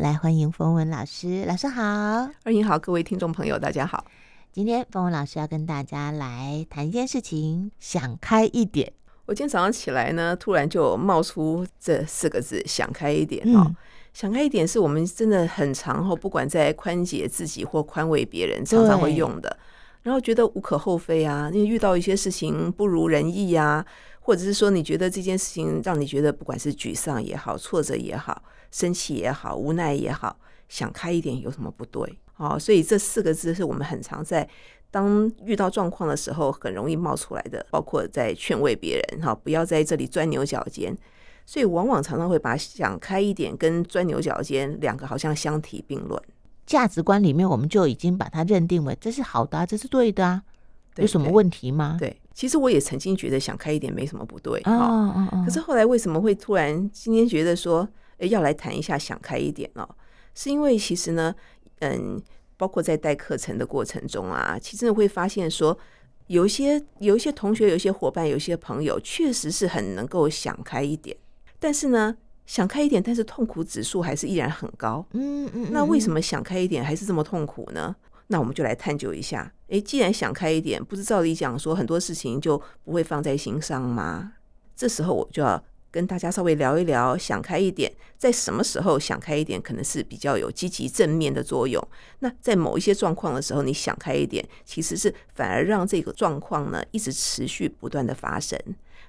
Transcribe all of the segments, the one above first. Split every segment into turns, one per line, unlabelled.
来欢迎冯文老师，老师好。
二您好，各位听众朋友，大家好。
今天冯文老师要跟大家来谈一件事情，想开一点。
我今天早上起来呢，突然就冒出这四个字“想开一点”哦
嗯。
想开一点是我们真的很常后，不管在宽解自己或宽慰别人，常常会用的。然后觉得无可厚非啊，因为遇到一些事情不如人意啊，或者是说你觉得这件事情让你觉得不管是沮丧也好、挫折也好、生气也好、无奈也好，想开一点有什么不对？哦，所以这四个字是我们很常在当遇到状况的时候很容易冒出来的，包括在劝慰别人哈，不要在这里钻牛角尖。所以往往常常会把想开一点跟钻牛角尖两个好像相提并论，
价值观里面，我们就已经把它认定为这是好的、啊，这是对的啊，
对
有什么问题吗？
对？对，其实我也曾经觉得想开一点没什么不对
哦，
哈
哦哦，
可是后来为什么会突然今天觉得说，诶要来谈一下想开一点哦？是因为其实呢，嗯，包括在带课程的过程中啊，其实会发现说，有一些有一些同学、有一些伙伴、有一些朋友，确实是很能够想开一点，但是呢，想开一点，但是痛苦指数还是依然很高。
嗯嗯，
那为
么？
什么想开一点还是这么痛苦呢？那我们就来探究一下。诶，既然想开一点，不是照理讲说很多事情就不会放在心上吗？这时候我就要跟大家稍微聊一聊，想开一点，在什么时候想开一点，可能是比较有积极正面的作用。那在某一些状况的时候，你想开一点，其实是反而让这个状况呢一直持续不断的发生。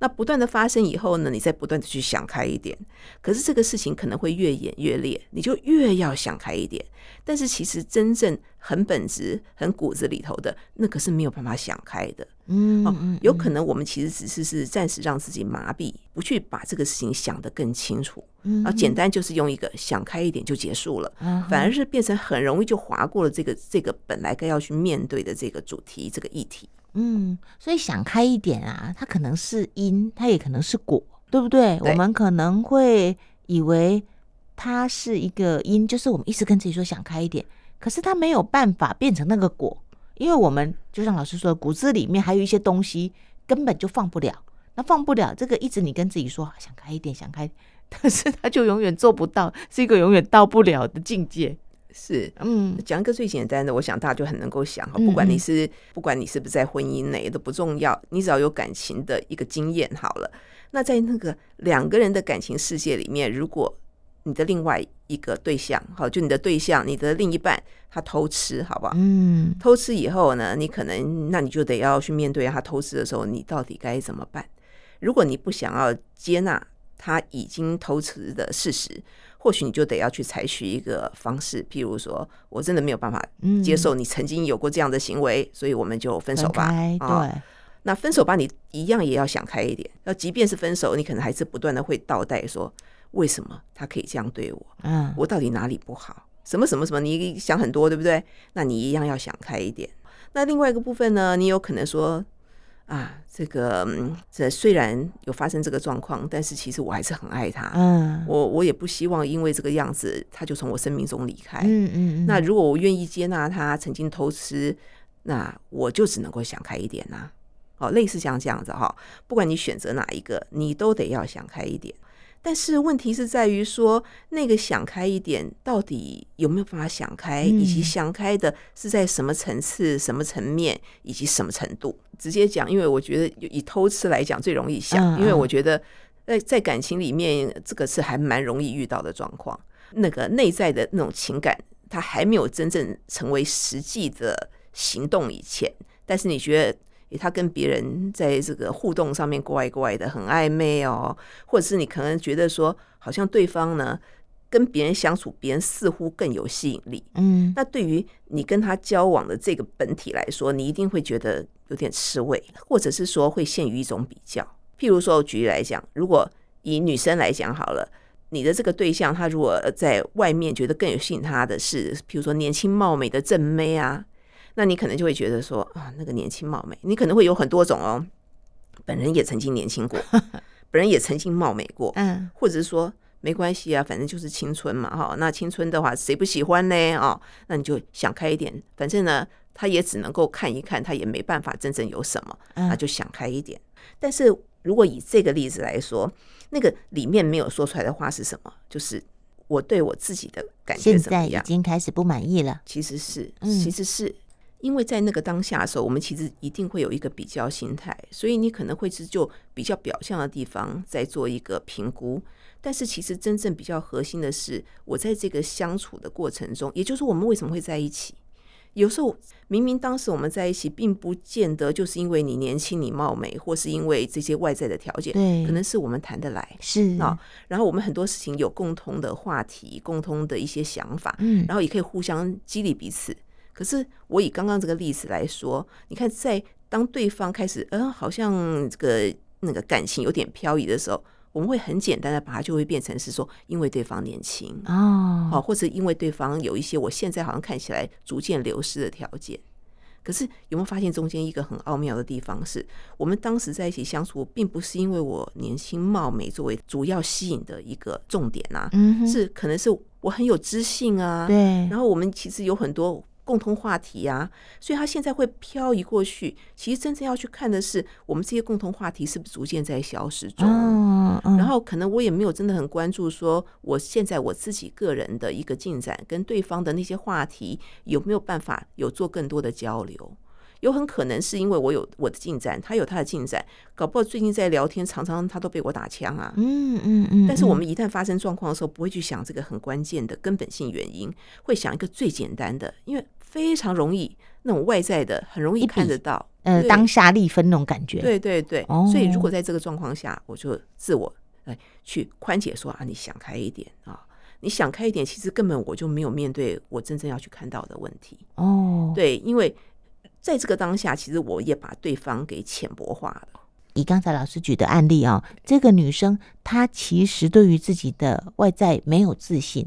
那不断的发生以后呢，你再不断的去想开一点，可是这个事情可能会越演越烈，你就越要想开一点。但是其实真正很本质、很骨子里头的那个是没有办法想开的。
嗯
哦
嗯嗯，
有可能我们其实只是是暂时让自己麻痹，不去把这个事情想得更清楚，
嗯
啊，简单就是用一个想开一点就结束了。
啊
反而是变成很容易就划过了这个这个本来该要去面对的这个主题这个议题，
嗯，所以想开一点啊，它可能是因，它也可能是果，对不对？
对
我们可能会以为它是一个因，就是我们一直跟自己说想开一点，可是它没有办法变成那个果，因为我们就像老师说的，骨子里面还有一些东西根本就放不了。那放不了这个，一直你跟自己说啊想开一点，想开， 但是他就永远做不到，是一个永远到不了的境界。
是
嗯
讲一个最简单的，我想大家就很能够想哈，
嗯
不管
嗯
你是不管你是不是在婚姻内都不重要，你只要有感情的一个经验好了。那在那个两个人的感情世界里面，如果你的另外一个对象，好，就你的对象，你的另一半，他偷吃，好不好？
嗯
偷吃以后呢，你可能那你就得要去面对他偷吃的时候，你到底该怎么办？如果你不想要接纳他已经偷吃的事实，或许你就得要去采取一个方式，譬如说，我真的没有办法
嗯，
接受你曾经有过这样的行为，所以我们就分手吧。
分开
啊
对。
那分手吧，你一样也要想开一点。要即便是分手，你可能还是不断的会倒带说，为什么他可以这样对我？
嗯，
我到底哪里不好？什么什么什么？你想很多，对不对？那你一样要想开一点。那另外一个部分呢，你有可能说啊，这个、嗯这虽然有发生这个状况，但是其实我还是很爱他，
嗯，
我我也不希望因为这个样子他就从我生命中离开。
嗯嗯，嗯
那如果我愿意接纳他曾经偷吃，那我就只能够想开一点呐、哦，类似像这样子哈、不管你选择哪一个，你都得要想开一点。但是问题是在于说，那个想开一点，到底有没有办法想开，
嗯
以及想开的是在什么层次、什么层面以及什么程度？直接讲，因为我觉得以偷吃来讲最容易
嗯
想，因为
嗯
我觉得在在感情里面，这个是还蛮容易遇到的状况。那个内在的那种情感，它还没有真正成为实际的行动以前，但是你觉得。诶他跟别人在这个互动上面怪怪的，很暧昧哦，或者是你可能觉得说，好像对方呢跟别人相处，别人似乎更有吸引力。
嗯，
那对于你跟他交往的这个本体来说，你一定会觉得有点吃味，或者是说会陷于一种比较。譬如说，举例来讲，如果以女生来讲好了，你的这个对象，他如果在外面觉得更有吸引他的是，譬如说年轻貌美的正妹啊，那你可能就会觉得说啊，那个年轻貌美，你可能会有很多种哦。本人也曾经年轻过，本人也曾经貌美过，
嗯
或者是说没关系啊，反正就是青春嘛，哈、那青春的话，谁不喜欢呢？哦，那你就想开一点，反正呢，他也只能够看一看，他也没办法真正有什么，
嗯
那就想开一点。但是如果以这个例子来说，那个里面没有说出来的话是什么？就是我对我自己的感觉
现
怎么
在已
样？
经开始不满意了，
其实是，
嗯
其实是、因为在那个当下的时候，我们其实一定会有一个比较心态，所以你可能会是就比较表象的地方在做一个评估。但是其实真正比较核心的是，我在这个相处的过程中，也就是我们为什么会在一起。有时候明明当时我们在一起，并不见得就是因为你年轻、你貌美，或是因为这些外在的条件，
对
可能是我们谈得来，
是
啊然后我们很多事情有共通的话题、共通的一些想法，
嗯，
然后也可以互相激励彼此。可是我以刚刚这个例子来说，你看，在当对方开始，嗯、好像这个那个感情有点漂移的时候，我们会很简单的把它就会变成是说，因为对方年轻，
哦，
好、或者因为对方有一些我现在好像看起来逐渐流失的条件。可是有没有发现中间一个很奥妙的地方是，我们当时在一起相处，并不是因为我年轻貌美作为主要吸引的一个重点啊，
嗯哼，
是可能是我很有知性啊，
对，
然后我们其实有很多共同话题啊，所以他现在会漂移过去。其实真正要去看的是，我们这些共同话题是不是逐渐在消失中。
哦，嗯
然后可能我也没有真的很关注，说我现在我自己个人的一个进展，跟对方的那些话题有没有办法有做更多的交流。有很可能是因为我有我的进展，他有他的进展，搞不好最近在聊天，常常他都被我打枪啊。
嗯嗯嗯，
但是我
嗯
们一旦发生状况的时候，不会去想这个很关键的根本性原因，会想一个最简单的，因为非常容易那种外在的，很容易
一比
看得到。
呃
对
当下立分那种感觉，，
对对对，
哦
所以如果在这个状况下，我就自我哎去宽解说啊，你想开一点啊，你想开一点，其实根本我就没有面对我真正要去看到的问题。
哦，
对，因为在这个当下，其实我也把对方给浅薄化了。
以刚才老师举的案例啊、这个女生她其实对于自己的外在没有自信，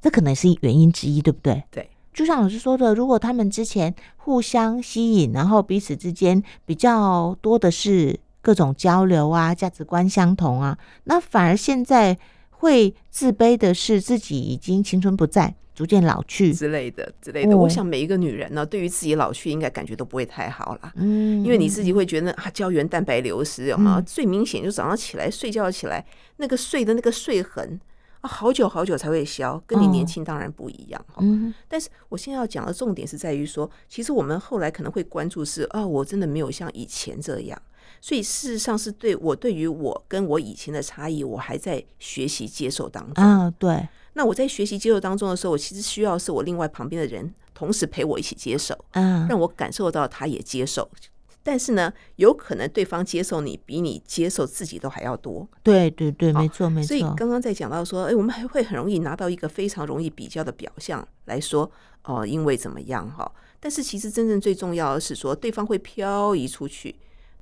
这可能是原因之一，对不对？
嗯对，
就像老师说的，如果他们之前互相吸引，然后彼此之间比较多的是各种交流啊、价值观相同啊，那反而现在会自卑的是自己已经青春不在，逐渐老去。
之类的之类的，我
哦
想每一个女人呢，对于自己老去，应该感觉都不会太好啦。
嗯
因为你自己会觉得啊，胶原蛋白流失有吗？
嗯
最明显就早上起来睡觉起来，那个睡的那个睡痕啊，好久好久才会消，跟你年
哦
轻当然不一样哈。
嗯
但是我现在要讲的重点是在于说，其实我们后来可能会关注是啊，我真的没有像以前这样，所以事实上是对我对于我跟我以前的差异，我还在学习接受当中。
啊，对，
那我在学习接受当中的时候，我其实需要是我另外旁边的人同时陪我一起接受。
啊，
让我感受到他也接受。但是呢，有可能对方接受你比你接受自己都还要多，
对对对，
好
没错没
所以
错，
刚刚在讲到说，哎，我们还会很容易拿到一个非常容易比较的表象来说，哦、因为怎么样哈、但是其实真正最重要的是说，对方会漂移出去，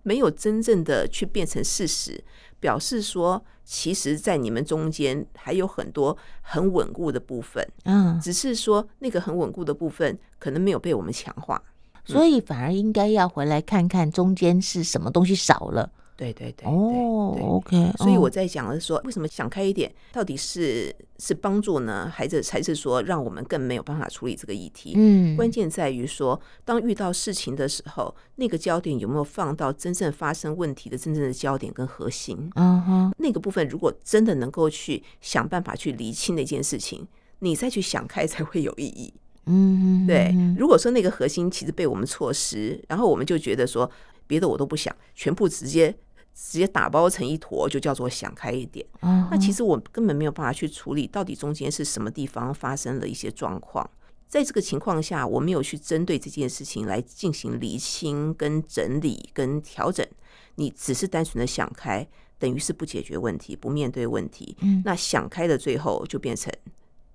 没有真正的去变成事实，表示说，其实，在你们中间还有很多很稳固的部分，
嗯，
只是说那个很稳固的部分可能没有被我们强化。
所以反而应该要回来看看中间是什么东西少了。
对对对对
哦
对
，OK，
所以我
嗯
在讲的是说，为什么想开一点，到底是是帮助呢，还是还是说让我们更没有办法处理这个议题？
嗯，
关键在于说，当遇到事情的时候，那个焦点有没有放到真正发生问题的真正的焦点跟核心
嗯哼，
那个部分？如果真的能够去想办法去厘清那件事情，你再去想开才会有意义。
嗯，
对
嗯，
如果说那个核心其实被我们错失，然后我们就觉得说别的我都不想，全部直接直接打包成一坨，就叫做想开一点。
嗯
那其
哼
实我根本没有办法去处理到底中间是什么地方发生了一些状况。在这个情况下，我没有去针对这件事情来进行厘清、跟整理、跟调整，你只是单纯的想开，等于是不解决问题、不面对问题。
嗯
那想开的最后就变成，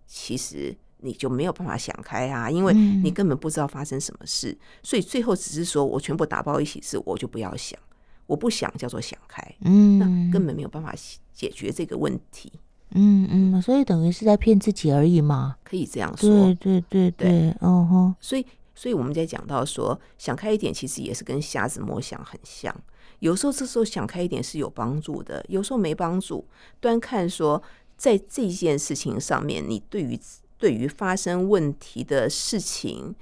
其实你就没有办法想开啊，因为
嗯
你根本不知道发生什么事，所以最后只是说我全部打包一起是，我就不要想，我不想叫做想开，那
嗯，
根本没有办法解决这个问题，
嗯嗯，所以等于是在骗自己而已嘛。
可以这样
对
说。
对对
对
对，嗯 哼，
所以，所以我们在讲到说，想开一点，其实也是跟瞎子摸象很像。有时候这时候想开一点是有帮助的，有时候没帮助。端看说，在这件事情上面，你对于对于发生问题的事情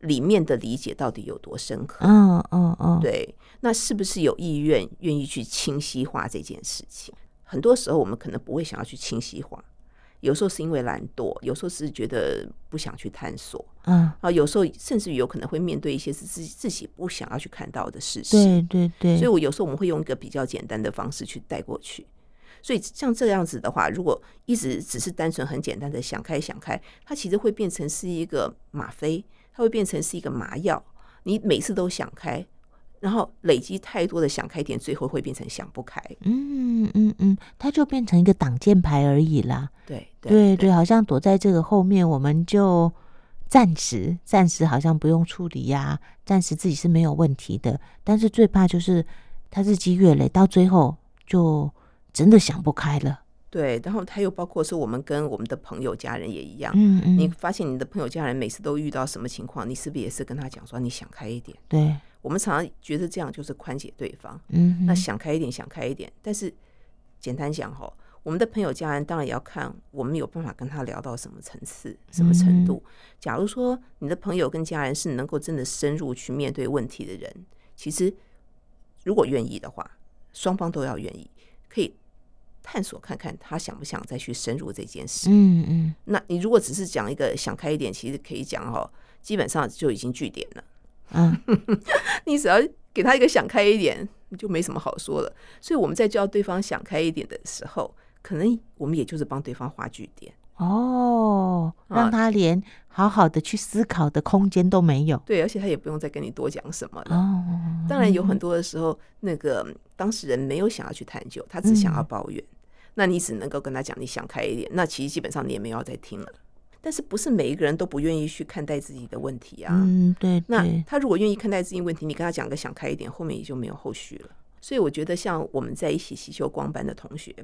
里面的理解到底有多深刻？
嗯嗯嗯，，
对，那是不是有意愿愿意去清晰化这件事情？很多时候我们可能不会想要去清晰化，有时候是因为懒惰，有时候是觉得不想去探索
嗯，
啊，有时候甚至于有可能会面对一些是自己自己不想要去看到的事情。
对对对，
所以我有时候我们会用一个比较简单的方式去带过去。所以像这样子的话，如果一直只是单纯很简单的想开想开，它其实会变成是一个吗啡，它会变成是一个麻药。你每次都想开，然后累积太多的想开点，最后会变成想不开。
嗯嗯嗯，它就变成一个挡箭牌而已啦。
对
对对，好像躲在这个后面，我们就暂时暂时好像不用处理呀、暂时自己是没有问题的。但是最怕就是它日积月累，到最后就真的想不开了。
对，然后它又包括说我们跟我们的朋友、家人也一样。
嗯
你
嗯，
发现你的朋友、家人每次都遇到什么情况，你是不是也是跟他讲说你想开一点？
对，
我们常常觉得这样就是宽解对方，
嗯
那
哼，
想开一点，想开一点。但是简单讲哈，我们的朋友家人当然也要看我们有办法跟他聊到什么层次、什么程度。
嗯
假如说你的朋友跟家人是能够真的深入去面对问题的人，其实如果愿意的话，双方都要愿意，可以探索看看他想不想再去深入这件事。
嗯嗯，
那你如果只是讲一个想开一点，其实可以讲哈，基本上就已经据点了。
啊，
你只要给他一个想开一点，你就没什么好说了。所以我们在教对方想开一点的时候，可能我们也就是帮对方画句点。
哦，让
啊
他连好好的去思考的空间都没有。
对，而且他也不用再跟你多讲什么了。
哦，
当然，有很多的时候，那个当事人没有想要去探究，他只想要抱怨。那你只能够跟他讲，你想开一点。那其实基本上你也没有要再听了。但是不是每一个人都不愿意去看待自己的问题啊？
嗯，对
那
对，
他如果愿意看待自己问题，你跟他讲个想开一点，后面也就没有后续了。所以我觉得，像我们在一起习修光班的同学，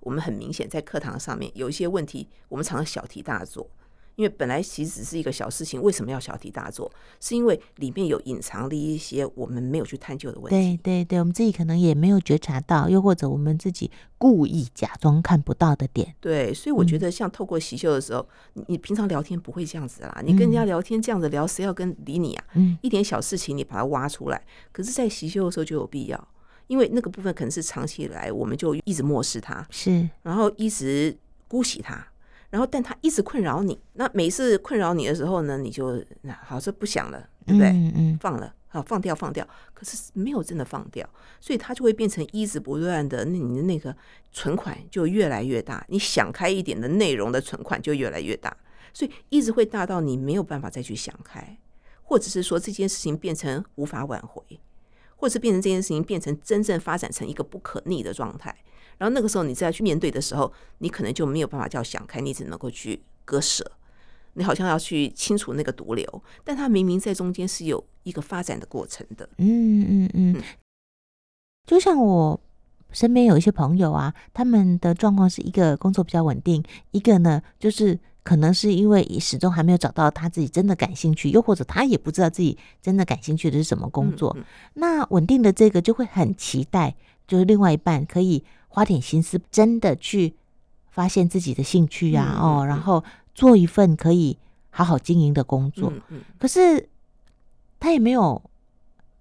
我们很明显在课堂上面有一些问题，我们常常小题大做，因为本来其实只是一个小事情，为什么要小题大做？是因为里面有隐藏的一些我们没有去探究的问
对
题。
对对，我们自己可能也没有觉察到，又或者我们自己故意假装看不到的点。
对，所以我
嗯
觉得像透过习修的时候，你你平常聊天不会这样子啦，你跟人家聊天这样子聊，谁要跟理你啊？
嗯，
一点小事情你把它挖出来，可是，在习修的时候就有必要，因为那个部分可能是长期以来我们就一直漠视它，
是，
然后一直姑息它，然后但它一直困扰你。那每次困扰你的时候呢，你就那好这不想了，对不对？
嗯嗯，
放了啊，放掉，放掉。可是没有真的放掉，所以它就会变成一直不断的，那你的那个存款就越来越大，你想开一点的内容的存款就越来越大，所以一直会大到你没有办法再去想开，或者是说这件事情变成无法挽回，或者是变成这件事情变成真正发展成一个不可逆的状态。然后那个时候你再去面对的时候，你可能就没有办法叫想开，你只能够去割舍。你好像要去清除那个毒瘤，但它明明在中间是有一个发展的过程的。
嗯嗯嗯
嗯，
就像我身边有一些朋友啊，他们的状况是一个工作比较稳定，一个呢就是可能是因为始终还没有找到他自己真的感兴趣，又或者他也不知道自己真的感兴趣的是什么工作。
嗯嗯
那稳定的这个就会很期待，就是另外一半可以花点心思，真的去发现自己的兴趣啊，
嗯嗯
哦，
嗯
然后做一份可以好好经营的工作。
嗯嗯
可是他也没有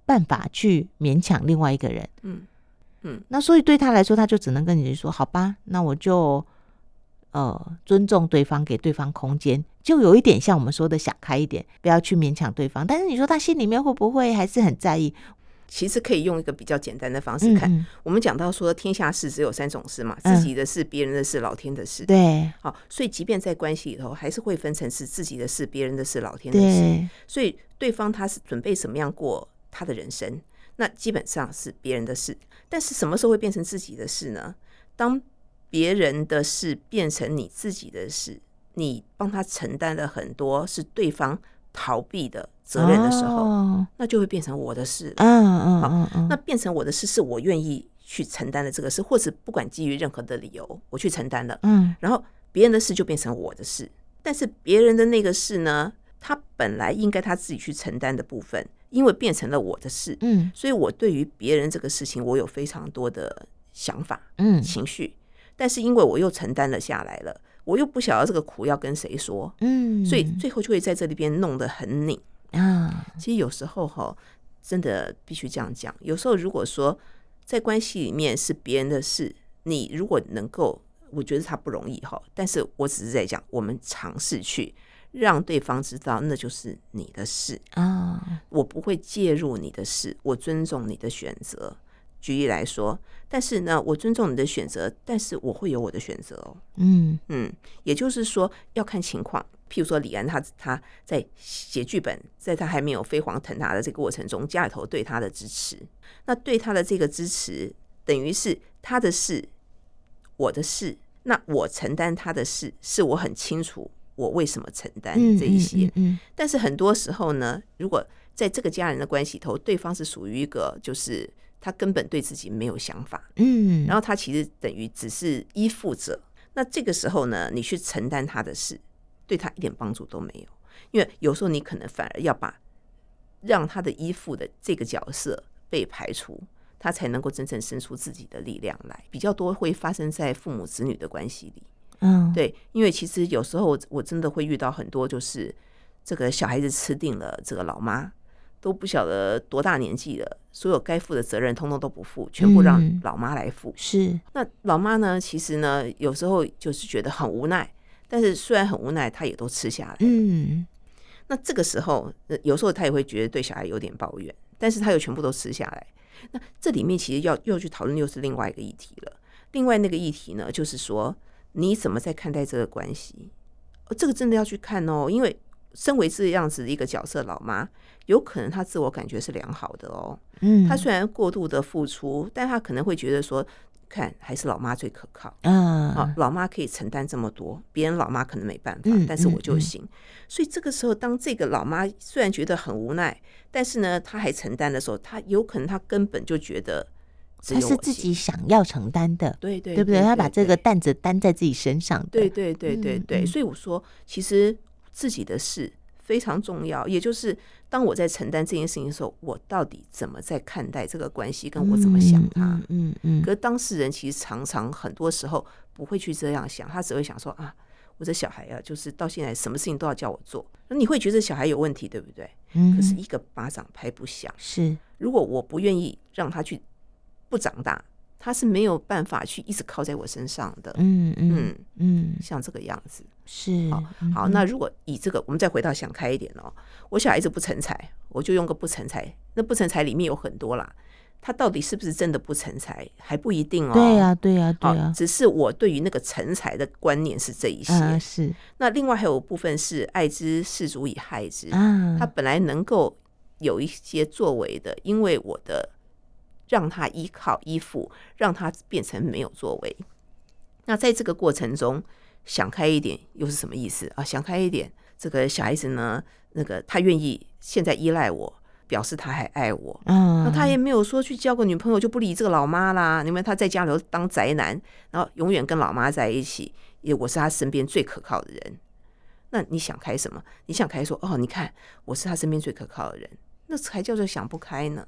办法去勉强另外一个人，
嗯
那所以对他来说，他就只能跟你说：“好吧，那我就呃尊重对方，给对方空间。”就有一点像我们说的，想开一点，不要去勉强对方。但是你说他心里面会不会还是很在意？
其实可以用一个比较简单的方式
嗯
看。
嗯，
我们讲到说，天下事只有三种事嘛，
嗯
自己的事、别人的事、老天的事。
对
好，所以即便在关系里头，还是会分成是自己的事、别人的事、老天的事。
对，
所以对方他是准备什么样过他的人生，那基本上是别人的事。但是什么时候会变成自己的事呢？当别人的事变成你自己的事，你帮他承担了很多是对方逃避的责任的时候，
哦
那就会变成我的事了。
嗯嗯嗯嗯，
那变成我的事，是我愿意去承担的这个事，或者不管基于任何的理由，我去承担了。
嗯
然后别人的事就变成我的事，但是别人的那个事呢，他本来应该他自己去承担的部分，因为变成了我的事，
嗯
所以我对于别人这个事情，我有非常多的想法、
嗯
情绪，但是因为我又承担了下来了，我又不晓得这个苦要跟谁说，
嗯，
所以最后就会在这里边弄得很拧。
啊，
其实有时候哈，真的必须这样讲。有时候如果说在关系里面是别人的事，你如果能够我觉得它不容易哈。但是我只是在讲，我们尝试去让对方知道，那就是你的事，
啊，
我不会介入你的事，我尊重你的选择。举例来说，但是呢，我尊重你的选择，但是我会有我的选择哦。
嗯
嗯，也就是说要看情况。譬如说李安他他在写剧本，在他还没有飞黄腾达的这个过程中，家里头对他的支持，那对他的这个支持，等于是他的事，我的事，那我承担他的事，是我很清楚我为什么承担
嗯，
这一些。
嗯，嗯
但是很多时候呢，如果在这个家人的关系头，对方是属于一个就是他根本对自己没有想法，
嗯，后
然后他其实等于只是依附者。那这个时候呢，你去承担他的事，对他一点帮助都没有，因为有时候你可能反而要把让他的依附的这个角色被排除，他才能够真正生出自己的力量来。比较多会发生在父母子女的关系里。
嗯，
对，因为其实有时候我我真的会遇到很多，就是这个小孩子吃定了这个老妈，都不晓得多大年纪了，所有该负的责任通通都不负，全部让
嗯
老妈来负。
是，
那老妈呢，其实呢，有时候就是觉得很无奈，但是虽然很无奈，她也都吃下来。
嗯
那这个时候，呃有时候她也会觉得对小孩有点抱怨，但是她又全部都吃下来。那这里面其实要又去讨论又是另外一个议题了。另外那个议题呢，就是说你怎么在看待这个关系？哦，这个真的要去看哦，因为身为这样子的一个角色老妈，有可能她自我感觉是良好的哦。
嗯，
她虽然过度的付出，但她可能会觉得说，看还是老妈最可靠。啊
啊，，
老妈可以承担这么多，别人老妈可能没办法，
嗯
但是我
嗯
就
嗯
行。所以这个时候，当这个老妈虽然觉得很无奈，但是呢，她还承担的时候，她有可能她根本就觉得只
他
有
是
我
自
行
己想要承担的，
对对
对不对？他把这个
对
担子担在自己身上的，
对对对对
嗯
对，
嗯
所以我说，其实自己的事非常重要，也就是当我在承担这件事情的时候，我到底怎么在看待这个关系，跟我怎么想它。
嗯嗯嗯
可是当事人其实常常很多时候不会去这样想，他只会想说啊，我这小孩啊，就是到现在什么事情都要叫我做，那你会觉得小孩有问题，对不对？
嗯，
可是一个巴掌拍不响，
是
如果我不愿意让他去不长大，他是没有办法去一直靠在我身上的。
嗯嗯
嗯，
嗯
像这个样子。
是
好
嗯
好，那如果以这个，我们再回到想开一点哦。我小孩子不成才，我就用个不成才。那不成才里面有很多啦，他到底是不是真的不成才还不一定哦。
对啊呀对呀对
好，
呀，
只是我对于那个成才的观念是这一些。
啊是
那另外还有部分是爱之是足以害之，
啊，
他本来能够有一些作为的，因为我的让他依靠依附，让他变成没有作为。那在这个过程中，想开一点又是什么意思啊？想开一点，这个小孩子呢，那个他愿意现在依赖我，表示他还爱我，
啊，
那他也没有说去交个女朋友就不理这个老妈啦，因为他在家里头当宅男，然后永远跟老妈在一起，也我是他身边最可靠的人。那你想开什么？你想开说哦，你看我是他身边最可靠的人，那才叫做想不开呢。